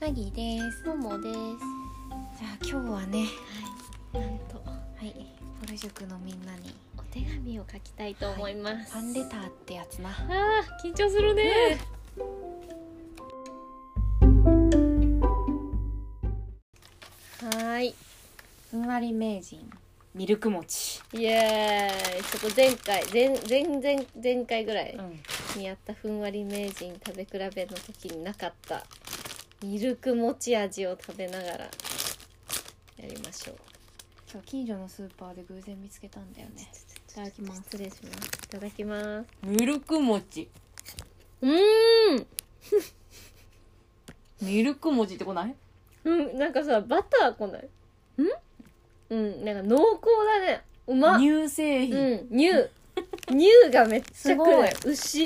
ハギーです。ももです。じゃあ今日はね、はい。なんとはい、ポル塾のみんなにお手紙を書きたいと思います。ファンレターってやつな。ああ緊張するね。はーい。ふんわり名人ミルク餅。イエーイ。ちょっと前回前前前前回ぐらいん。にやったふんわり名人食べ比べの時になかったミルクもち味を食べながらやりましょう。そう近所のスーパーで偶然見つけたんだよね。いただきます失礼します。いただきます。ミルク餅。うーん。 ミルク餅ってこない？うん、なんかさ、バター来ない。んうん、なんか濃厚だね。うまっ。乳製う。ん、乳。 乳がめっちゃ来る。牛。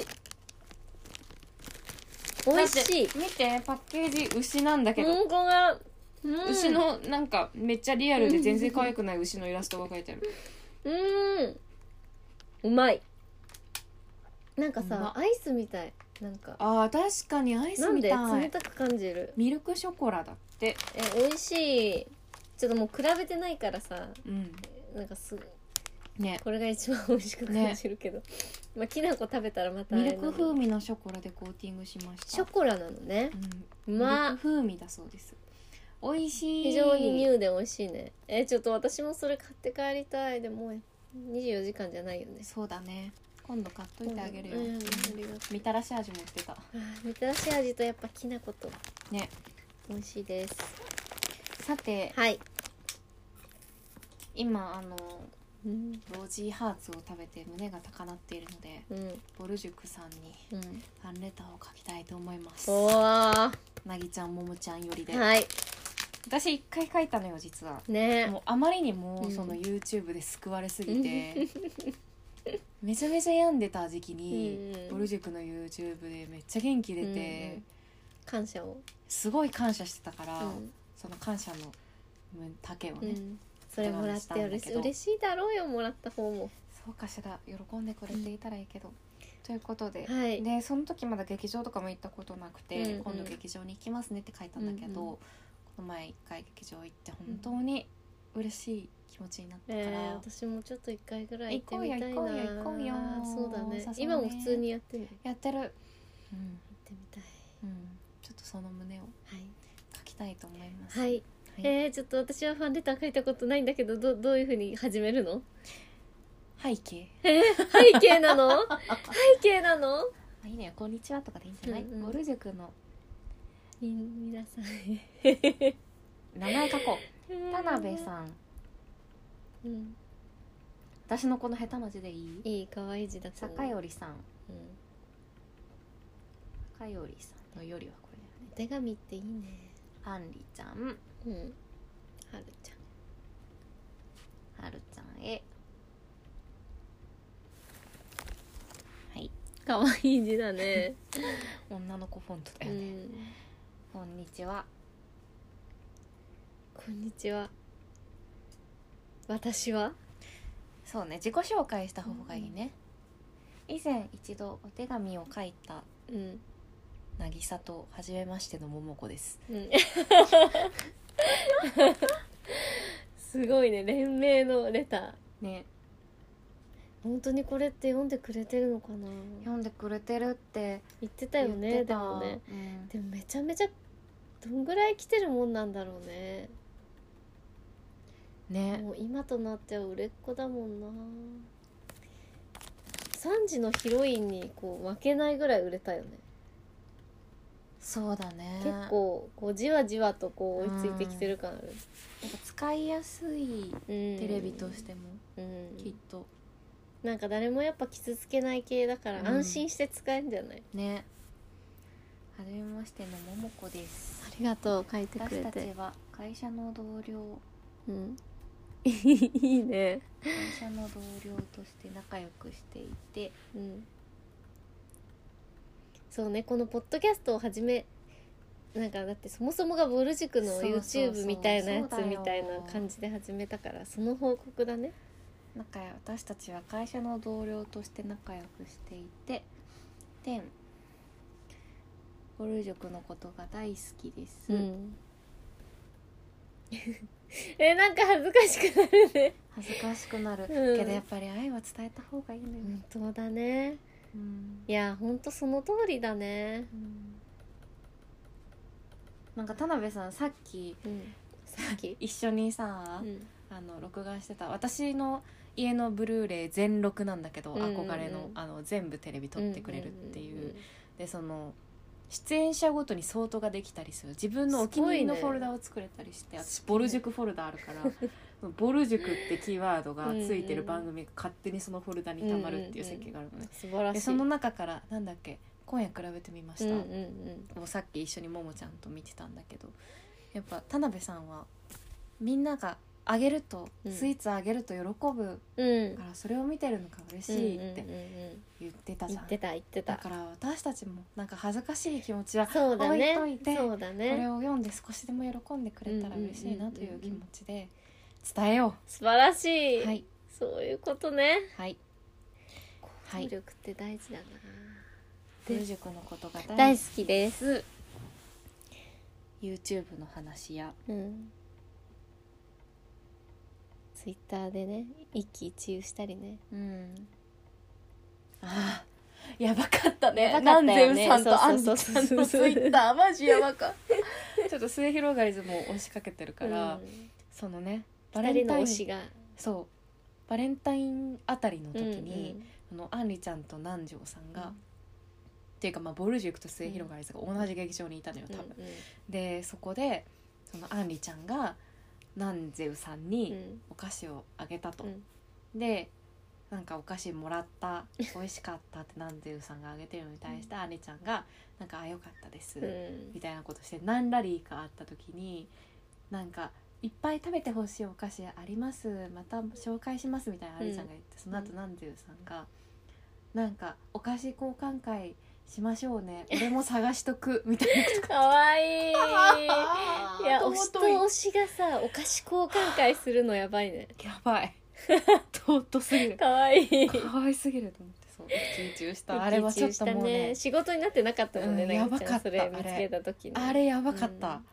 美味しい。見てパッケージ牛なんだけど、うんこが、うん、牛。のなんかめっちゃリアルで全然可愛くない牛のイラストが書いてあるうん。うまい。なんかうさま、アイスみたい。なんか、あー確かにアイスなんみでた冷いたく感じる。ミルクショコラだってえ、美味しい。ちょっともう比べてないからさ、うんなんかす、ねこれが一番美味しく感じるけど、まあきな粉食べたらまたあミれルなクの風味のショコラでコーティングしましシたョコラなのねううん、ミルまクっ風味だそうです美味しい非常に乳で美味しいねえちょっと私もそれ買って帰りたいでももう24時間じゃないよねそうだね今度買っといてあげるよ、うん、あみたらし味も売ってたーみたらし味とやっぱきな粉とね美味しいですさてはい、今あのうんロージーハーツを食べて胸が高鳴っているのでうんぼる塾さんにうん、ファンレターを書きたいと思いますおーなぎちゃんももちゃんよりで、はい私一回書いたのよ実はねもうあまりにもうんその YouTube で救われすぎ て、めちゃめちゃ病んでた時期に、うんうんぼる塾の YouTube でめっちゃ元気出て、うんうん感謝を、すごい感謝してたから、うんその感謝の丈をね、うん、それもらってうれし嬉しいだろうよもらった方もそうかしら喜んでくれていたらいいけど、ということで、はいでその時まだ劇場とかも行ったことなくて、うんうん今度劇場に行きますねって書いたんだけど、うんうんこの前一回劇場行って本当に嬉しい気持ちになったから、えー、私もちょっと一回ぐらい行ってみたいな行こうよ行こうよ行こうよそうだねさすがね今も普通にやってる行っやってる、うんてみたいうん、ちょっとその胸をは書きたいと思います、い、はいえー、ちょっと私はファンレター書いたことないんだけどどどういうふうに始めるの背景背景な の背景なのあいいねこんにちはとかでいいんじゃない、うんうゴんル塾のみ皆さん名前書こう田辺ん、さんうん、私のこの下手な字でいいいい可愛い字だと思う坂よりさんうん、坂よりさんのよりはこれだよねお手紙っていいねあんりちゃんうんはるちはるちゃんへはいゃん可愛い字だ ね女の子フォントだうよね、んこんにちはこんにちは私はそうね自己紹介した方がいいね、以前一度お手紙を書いたうん渚と初めましての桃子ですうん すごいね連名のレターね本当にこれって読んでくれてるのかな読んでくれてるって言ってた言よってたねでもねうんでもめちゃめちゃどんぐらい来てるもんなんだろうねねもう今となっては売れっ子だもんな3時のヒロインにこう負けないぐらい売れたよねそうだね結構こうじわじわとこう追いついてきてる感ある、やっぱ使いやすいうんテレビとしてもうんきっとなんか誰もやっぱ傷つけない系だからうん安心して使えるんじゃない、ね初めましての桃子ですありがとう書いて私たちは会社の同僚うん いいね会社の同僚として仲良くしていてうんそうねこのポッドキャストを始めなんかだってそもそもがボル塾のそうそうそう YouTube みたいなやそつうだよみたいな感じで始めたからその報告だねなんか私たちは会社の同僚として仲良くしていてでぼる塾のことが大好きです、うん、 えなんか恥ずかしくなるね恥ずかしくなる、うんけどやっぱり愛は伝えた方がいいのよ、本当だねうんいや本当その通りだね、うんなんか田辺さんさっきうん、さっき、一緒にさ、うんあの録画してた私の家のブルーレイ全録なんだけど、うんうんうん憧れのあの全部テレビ撮ってくれるっていう,、んんんでその出演者ごとに相当ができたりする自分のお気に入りのすフごォいねルダを作れたりして、私すごボいル塾フォルダあるから ボル塾ってキーワードがついてる番組が勝手にそのフォルダにたまるっていう設計があるのね、素晴らしでいその中からなんだっけ今夜比べてみました、うんうんうんもうさっき一緒にももちゃんと見てたんだけどやっぱ田辺さんはみんながあげると、うんスイーツあげると喜ぶかうんらそれを見てるのが嬉しいっうてんうんうんうん言ってたじ言ゃん,、ってた言ってだたから私たちもなんか恥ずかしい気持ちはこそうだね置いといてそうだれねを読んで少しでも喜んでくれたら嬉しいなという気持ちで伝えよ素晴らしうい、はいそういうことねはいは努い力って大事だな、風塾のことが大大好好きです、き YouTube の話やうん、ツイッターでね一喜一憂したりねうんああやばかったねやばかなっんたでようねさんとアンジそうちそゃうんそうのツそうイッ ターマジやばかったちょっと末広がりずも追しかけてるから、うんそのねバレ二ン人のタイ推ンしがそうバレンタインあたりの時うんに、あのアンリちゃんと南條さんが、っていうかまあボル塾と末広がりずが同じ劇場にいたのようん多分、うんでそこでそのアンリちゃんが南條さんうに、んお菓子をあげたと、うんでなんかお菓子もら った美味しかったってなんでうさんがあげてるのに対してあねちゃんが「なんかあよかったです」うんみたいなことして何ラリーかあった時になんか「いっぱい食べてほしいお菓子ありますまた紹介します」みたいなあねちゃんが言って、その後なんでうさんが「なんかお菓子交換会しましょうね俺も探しとく」みたいなことか わいいいや推しと尊い推しがさお菓子交換会するのやばいねやばい尊すぎる かわいい可愛すぎると思ってそう一中 したあれはちょっともう ね仕事になってなかったもんね、うんなぎちゃんやばかったそれあれ見つけた時にあれやばかった、うん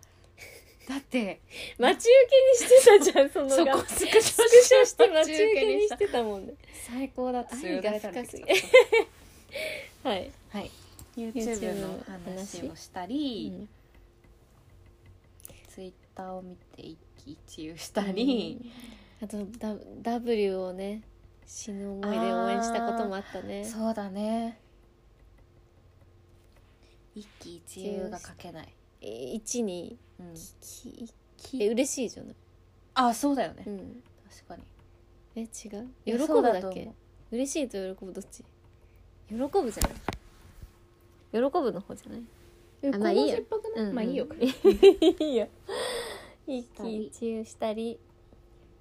だって待ち受けにしてたじゃんそのそこ画 スクショスクショして待ち受けにしてたもんね最高だった愛が深すぎはい YouTube の話をしたり、うん Twitter を見て一喜一憂したり、あと W をね死ぬ思いで応援したこともあったねそうだね一喜一憂が書けない、 1にうんききえ嬉しいじゃない、あそうだよね、うん、確かにえ違うい喜やぶそうだとだっけ思嬉しいと喜ぶどっち喜ぶじゃない喜ぶの方じゃないあまあいいやこの切迫なまあいいよ、 いいよ一喜一憂したり、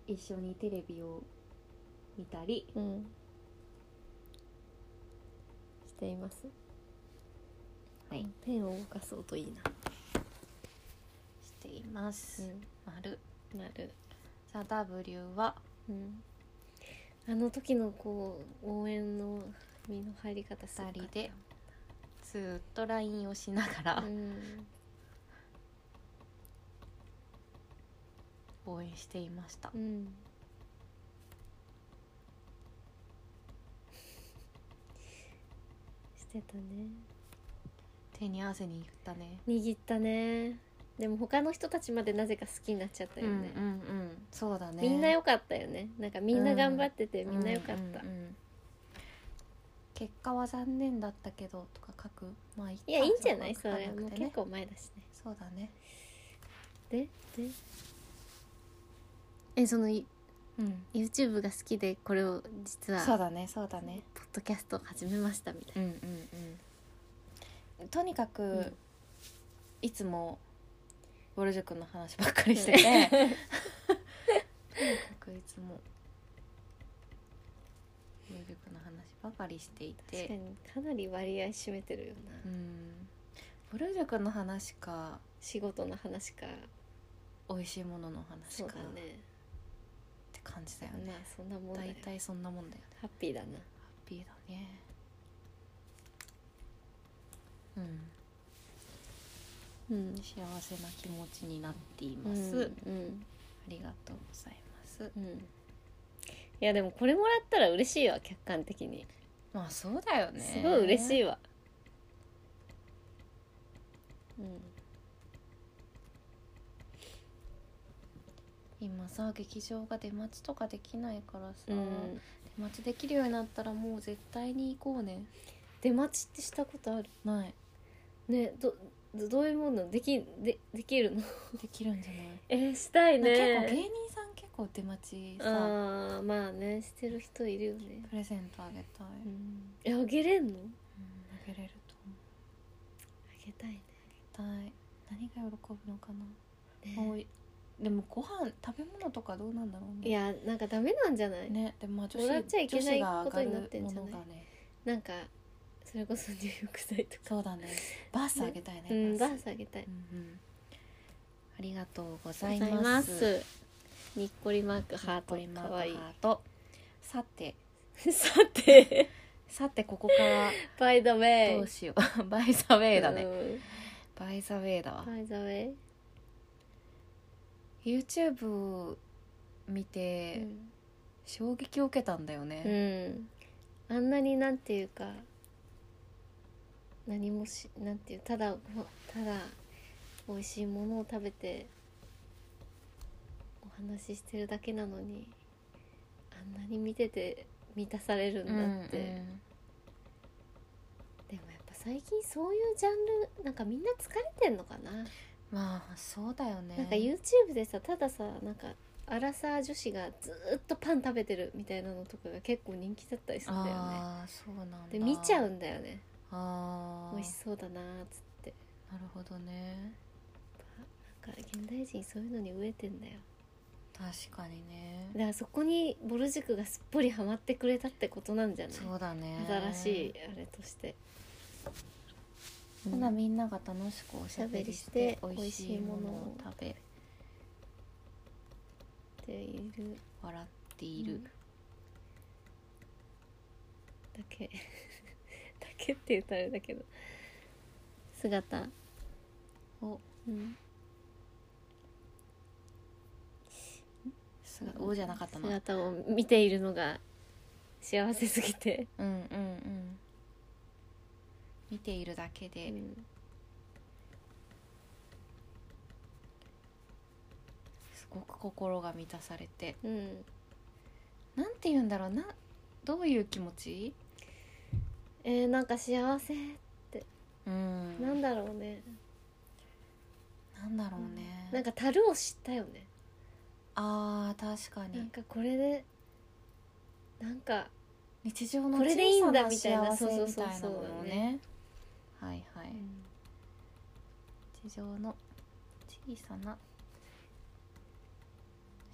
一緒にテレビを見たりうん、していますはいペンを動かす音いいな、しています、う丸ん、なる、さあ W はうん、あの時のこう応援の身の入り方すごかった二人でずっと LINE をしながらうん、応援していました、うん、してたね手に汗に言ったね握ったねでも他の人たちまでなぜか好きになっちゃったよね、うんうんうんそうだねみんな良かったよねなんかみんな頑張ってて、みんな良かった、うんうんうん結果は残念だったけどとか書くまあいっかいやいいんじゃないそそうかれ書かもうなくてね結構前だしねそうだねででえそのいうん YouTube が好きでこれを実はそうだねそうだねポッドキャストを始めましたみたいうんうんうんとにかく、うんいつもボル塾の話ばっかりしててと にか くいつもボル塾の話ばかりしていな確かてにかなり割合占めてるよな、うんボル塾の話か仕事の話か美味しいものの話そうかだっねて感じだよまねあそんなもんだよ大体そんなもんだよねハッピーだハなッピーだねうんうん幸せな気持ちになっていうんます、あうんりがとうございますうんいやでもこれもらったら嬉しいわ客観的にまあそうだよねすごい嬉しいいわ、うん今さ劇場が出待ちとかできないからさ、うん、出待ちできるようになったらもう絶対に行こうね出待ちってしたことあるないねどどどういうものできでできるのできるんじゃないえしたい結構芸ね人さん結構出待ちさあーまあねしてる人いるよね、プレゼントあげたい、ううんん、えあげれんのあげれるとあげたい思うね絶対何が喜ぶのかなねもうでもご飯食べ物とかどうなんだろうねいやなんかダメなんじゃない、ねでもまあ女もら子っちゃいけないことになってん女じ子ゃが上がるものないがねなんかそれこそ入浴剤とかそうだねバースあげたいねうんバスースあげたいうんうんありがとうごございますにっこりマークハート鳥マーかクわいハートさてい さ てさてここからバイザウェイどうしよう バイザウェイだねうんバイザウェイだわバイザウェイ、 YouTube を見てうん衝撃を受けたんだよねうん、あんなになんていうか何もしなんていうただごただ美味しいものを食べてお話ししてるだけなのにあんなに見てて満たされるんだって、うんうんでもやっぱ最近そういうジャンルなんかみんな疲れてんのかな、まあそうだよねなんか YouTube でさたださなんかアラサー女子がずーっとパン食べてるみたいなのとかが結構人気だったりするんだよねああそうなんだで見ちゃうんだよねああ美味しそうだなーっつってなるほどねなんか現代人そういうのに飢えてんだよ確かにだねからそこにぼる塾がすっぽりハマってくれたってことなんじゃないそうだね新しいあれとしてただみんなが楽しくおしゃべりしておしゃべりして美味しいものを食べっている笑っている、うんだけ だけって言うとあれだけど姿を、うん、すおじゃなかったな姿を見ているのが幸せすぎて、うんうんうん見ているだけで、うんすごく心が満たされてうん、なんて言うんだろうなどういう気持ちえー、なんか幸せうんなんだろうね、なんだろうね、なんか樽を知ったよねあー確かに、なんかこれでなんか日常のこれでいい小さんだなみたいな幸せそうそうみそたういなのそうをだねはいはい、う日常の小さな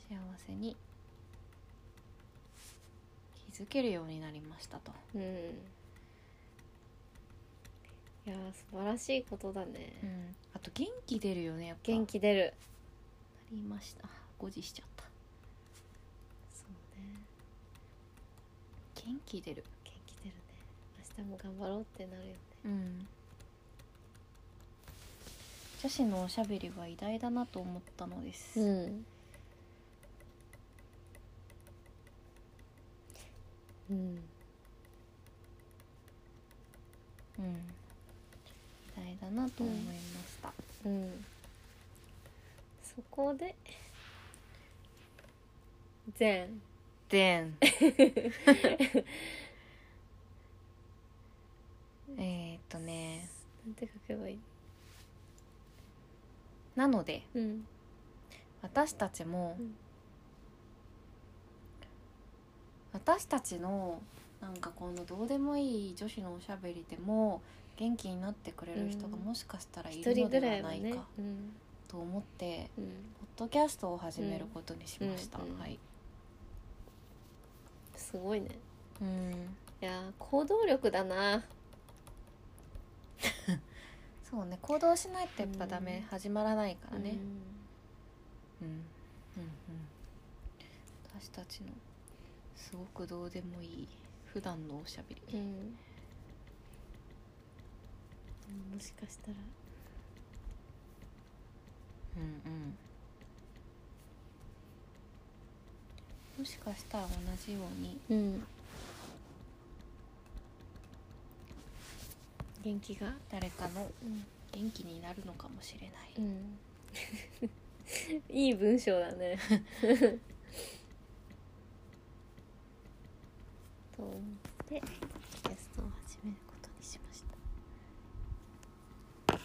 幸せに気づけるようになりましたと、ん、いやー素晴らしいことだね、うん、あと元気出るよねやっぱ元気出るなりましたあ5時しちゃったそうね元気出る元気出るね明日も頑張ろうってなるよねうん女子のおしゃべりは偉大だなと思ったのです、うんうんうん偉大だなと思いました、うんそこで善で んえーっとねなんて書けばいいなのでうん私たちも、うん私たちのなんかこのどうでもいい女子のおしゃべりでも元気になってくれる人がうんもしかしたらい一る人のぐでらいははないねかうんと思ってうんポッドキャストを始めることにしました、うんうんはい、すごいねうん、いやー行動力だなそうね行動しないとやっぱダメ、うん始まらないからね、ううんうんうん、私たちのすごくどうでもいい普段のおしゃべり、ん、うんもしかしたらうんうんもしかしたら同じようにうん元気が誰かのうん、元気になるのかもしれない、うん、 いい文章だね と思ってキャストを始めることにしました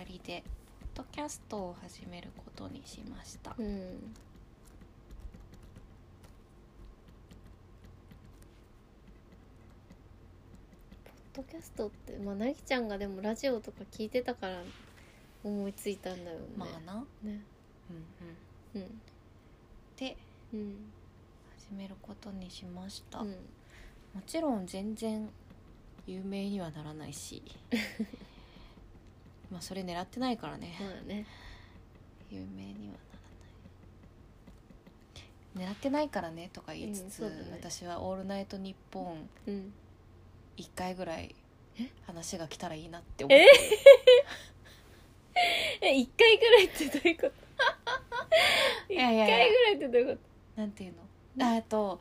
二人でポッドキャストを始めることにしました、うんポッドキャストってまあなぎちゃんがでもラジオとか聞いてたから思いついたんだよねまあな、ねうんうんうんでうん始めることにしました、うもんちろん全然有名にはならない しまあそれ狙ってないからねまあね有名にはならない狙ってないからねとか言いつつ、うんそうだね私は「オールナイトニッポン うん」 1回ぐらい話が来たらいいなって思うええ一回ぐらいってどういうこと一いやいや回ぐらいってどういうこなんていうのあえっと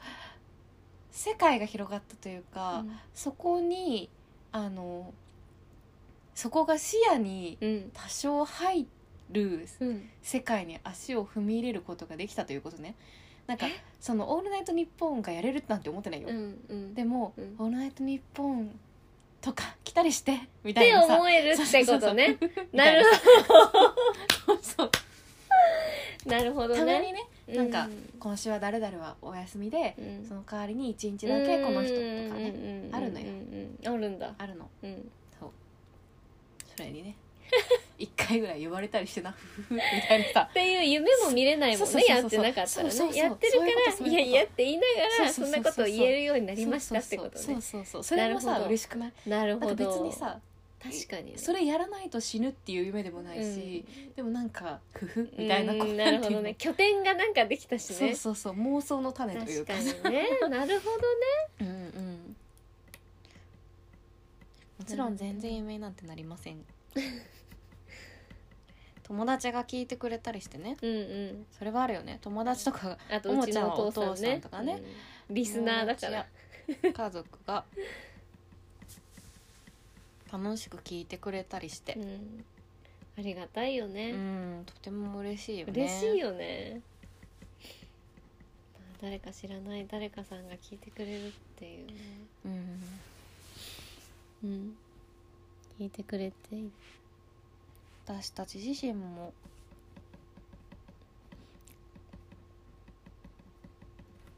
世界が広がったというとか、そこにあのそこが視野にうん多少入るうん世界に足を踏み入れることができたということねなんかその「オールナイトニッポン」がやれるなんて思ってないよ、うんうんでも、うんオールナイトニッポン」とか来たりしてみったいてなさ思えるってことねそうそうそうなるほどそうほどなるほどたまねにねうなんか今週は誰々はお休みでうんその代わりに1日だけこの人とかうねんうんうんあるのようんうんあるんだあるのうんそれにね 一回ぐらい言われたりしてなふふみたいなさっていう夢も見れないもんそうねそうそうやそうってなかったらそうそうそうねやってるかそうらいうことそういうこといややって言いながらそそうそうんそうそうなことを言えるようになりましたってことそうねそうそうそれもなるさほど嬉しくないなるなんほかど別にさ確かにねそれやらないと死ぬっていう夢でもないし、でもなんかふふみたいなうこんうなるんていうほどのね拠点がなんかできたしねそうそうそう妄想の種という確かかにねなるほどねうんうんもちろん全然有名なんてなりま せん友達が聞いてくれたりしてねうんうんそれはあるよね友達とかがあおとうちのおも父ちゃはお父ささんんととかかねね、うんリスナーだから友達や家族が楽しく聞いてくれたりしてう、ん、ありがたいようんね、とても嬉しいよね嬉しいよね、まあ、誰か知らない誰かさんが聞いてくれるっていうね、うん、うん、聞いてくれて私たち自身も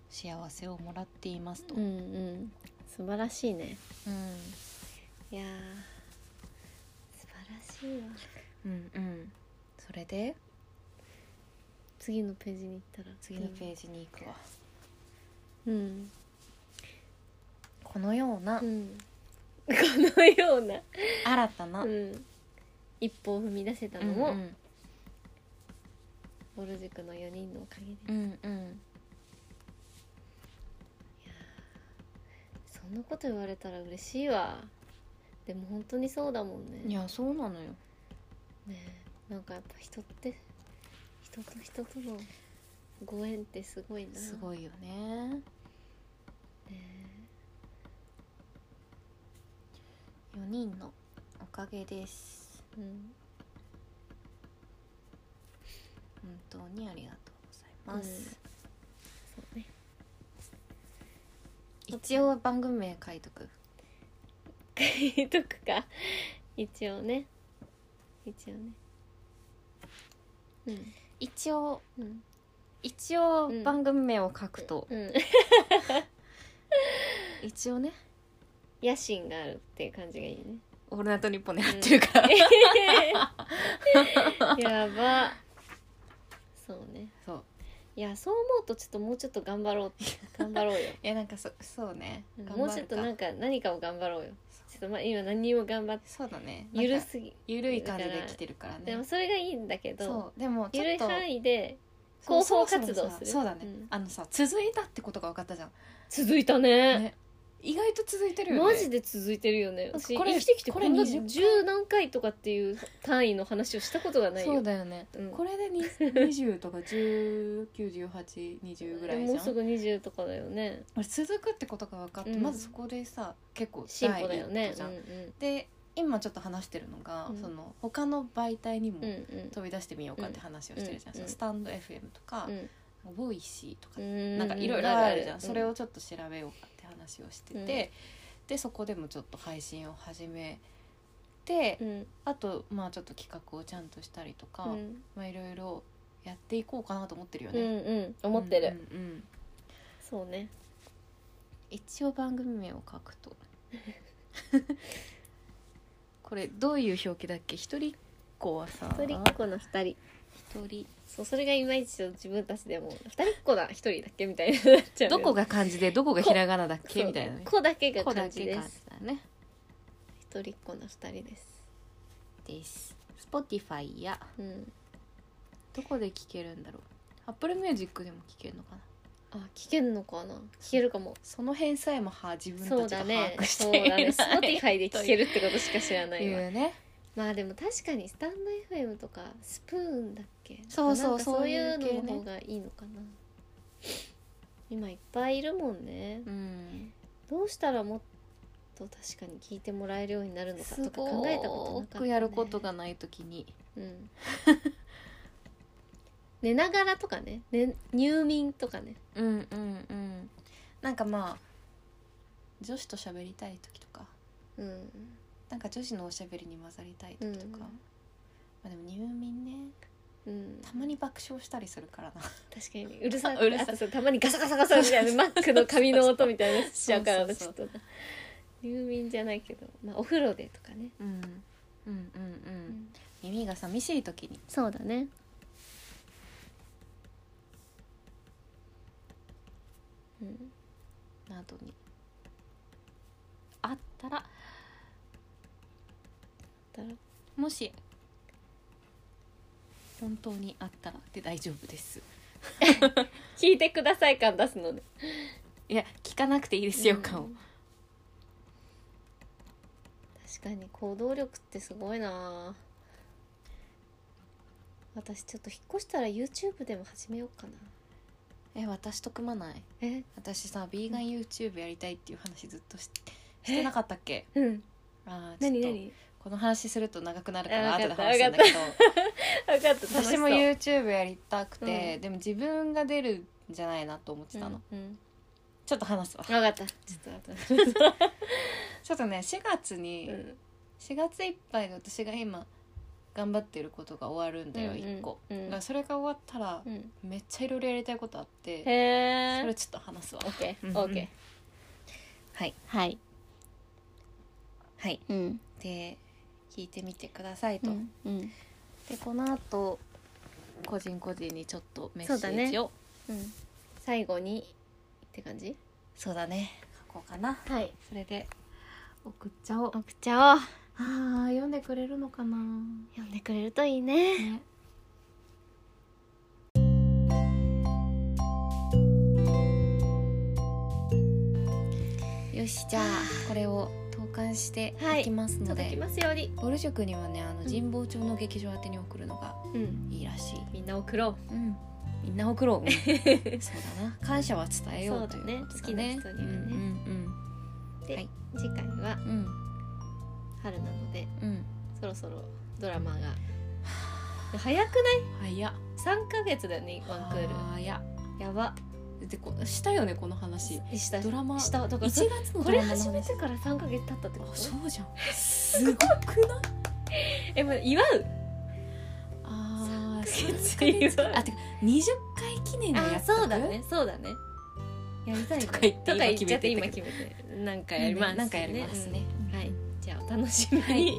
幸せをもらっていますと、うんうん素晴らしいねうんいやー素晴らしいわうんうんそれで次のページに行ったら次のページに行くわ、うん、このようなうん、このような、新たな、うん、一歩を踏み出せたうんのも、うんぼる塾の4人のおかうげでんうんそんなこと言われたら嬉しいわでも本当にそうだもんいねやそうなのよねえなんかやっぱ人って人と人とのご縁ってすごいなすごいよねね4人のおかげですえうん本当にありがとうございます、そうね一応番組名書いとく書い とくか一応ね一応ねうん一応うん一応うん番組名を書くと、うん一応ね野心があるっていう感じがいい ね「オールナイトニッポン」狙ってるから、 やばそうねそういやそう思うとちょっともうちょっと頑張ろう頑張 ろうよいやなんかそそうね、うん頑張るもうかちょっとなんか何かを頑張ろうよちょっとま今何にも頑張ってそうだねゆなんるかすぎゆるい感じで来てるからねでもそれがいいんだけどそうでもちゆょるっいと範囲でそう広報活動すそもそもさるそうだね、うんあのさ続いたってことが分かったじゃん続いたねね意外と続いてるよねマジで続いてるよねなんか私これ生きてきてここれんな20 10何回とかっていう単位の話をしたことがないよそうだよね、うんこれでに20とか191820ぐらいじもゃうんすぐ20とかだよね俺続くってことが分かって、うんまずそこでさ結構進歩だよ第一歩ねじうゃんんうんで今ちょっと話してるのが、うんその他の媒体にもうんうん飛び出してみようかって話をしてるじゃん、うんそのスタンド FM とか、うんボイシーとか、うんなんかいろいろあるじゃん、うそれをちょっと調べようかって話をしてて、うんでそこでもちょっと配信を始めて、うんあとまあちょっと企画をちゃんとしたりとか、うんまあいろいろやっていこうかなと思ってるようね。んうん思ってるうんうんうんそうね一応番組名を書くとこれどういう表記だっけ一人っ子はさ一人っ子の二人一人そうそれがいまいちちょっと自分たちでも二人っ子だ一人だっけみたいになっちゃうよどねこが漢字でどこがひらがなだっけそうみたいなね子だけが子だ感けじ漢で字すだね一人っ子の二人ですです。Spotify やうんどこで聴けるんだろう。Apple Music でも聴けるのかな。あ聞けるのかな聞けるかもその辺さえもは自分そうたちだがね把握しそうてい だねない Spotify で聞けるってことしか知らなっていわいうね。まあでも確かにスタンド FM とかスプーンだっけそうそうなんかそういうそういう系のねの方がいいのかな、今いっぱいいるもんねうん。どうしたらもっと確かに聞いてもらえるようになるのかとすかご考えたことなかった、くね、やることがないときに。うん寝ながらとかねね入眠とかねうんうんうん。なんかまあ女子と喋りたい時とか、うんなんか女子のおしゃべりに混ざりたい時とか。うんまあでも入眠ねうん、たまに爆笑したりするからな確かにうるさうくるさいあとそうたまにガサガサガサみたいなマックの髪の音みたいなやつしちゃうからそう私そちょうっと入眠じゃないけど、まあ、お風呂でとかね、うんうんうんうん耳が寂しい時にそうだねうんなどにあったらだろもし本当にあったらで大丈夫です聞いてください感出すのねいや聞かなくていいですよ、うん顔確かに行動力ってすごいな私ちょっと引っ越したら YouTube でも始めようかなえ私と組まないえ私さビーガン YouTube やりたいっていう話ずっとししてなかったっけうんあーちょっ何と何この話すると長くなるかあらわ後かっでた話すんだけど分かった 私も YouTube やりたくて、うんでも自分が出るんじゃないなと思ってたの、うんうんちょっと話すわ分かったちょっと後でちょっとね4月に、うん4月いっぱいで私が今頑張ってることが終わるんだよ、うんうん1個、うんだからそれが終わったら、うんめっちゃいろいろやりたいことあってへそれえちょっと話すわオッケうんーオッうんケはいーはいはいうんで聞いてみてくださいと、うんうんでこの後個人個人にちょっとメッセそうだねージをうん最後にって感じそうだね書こうかなはいそれで送っちゃおう送っちゃおうあー読んでくれるのかな、読んでくれるといいねね、よしじゃあこれを投函してはいいきますので、届きますようにぼる塾にはねあのん神保町の劇場宛てに送るのがうんいいらしい、みんな送ろうん、みんな送 ろう、うんそうだな感謝は伝えようそうとだいうねことだね好きな人にはねうんうで、はい次回はうんうん春なのでうんうんそろそろドラマ が早くない早っ3ヶ月だよねワンクール早っやばでこしたよねこの話したドラマしただか1らそ月れのこドれラマの話始めてから3ヶ月経ったってこあとそうじゃんすごくないえまあ祝うああ月は あてか20回記念のやあつそうだねそうだねやりたいねとか言ってとか言っちゃって今今決決めてなんかややりりまますすなんかやりますねうんはいじゃあお楽しみはいに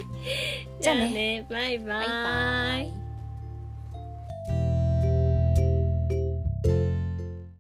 じゃあねバイバイバイバイ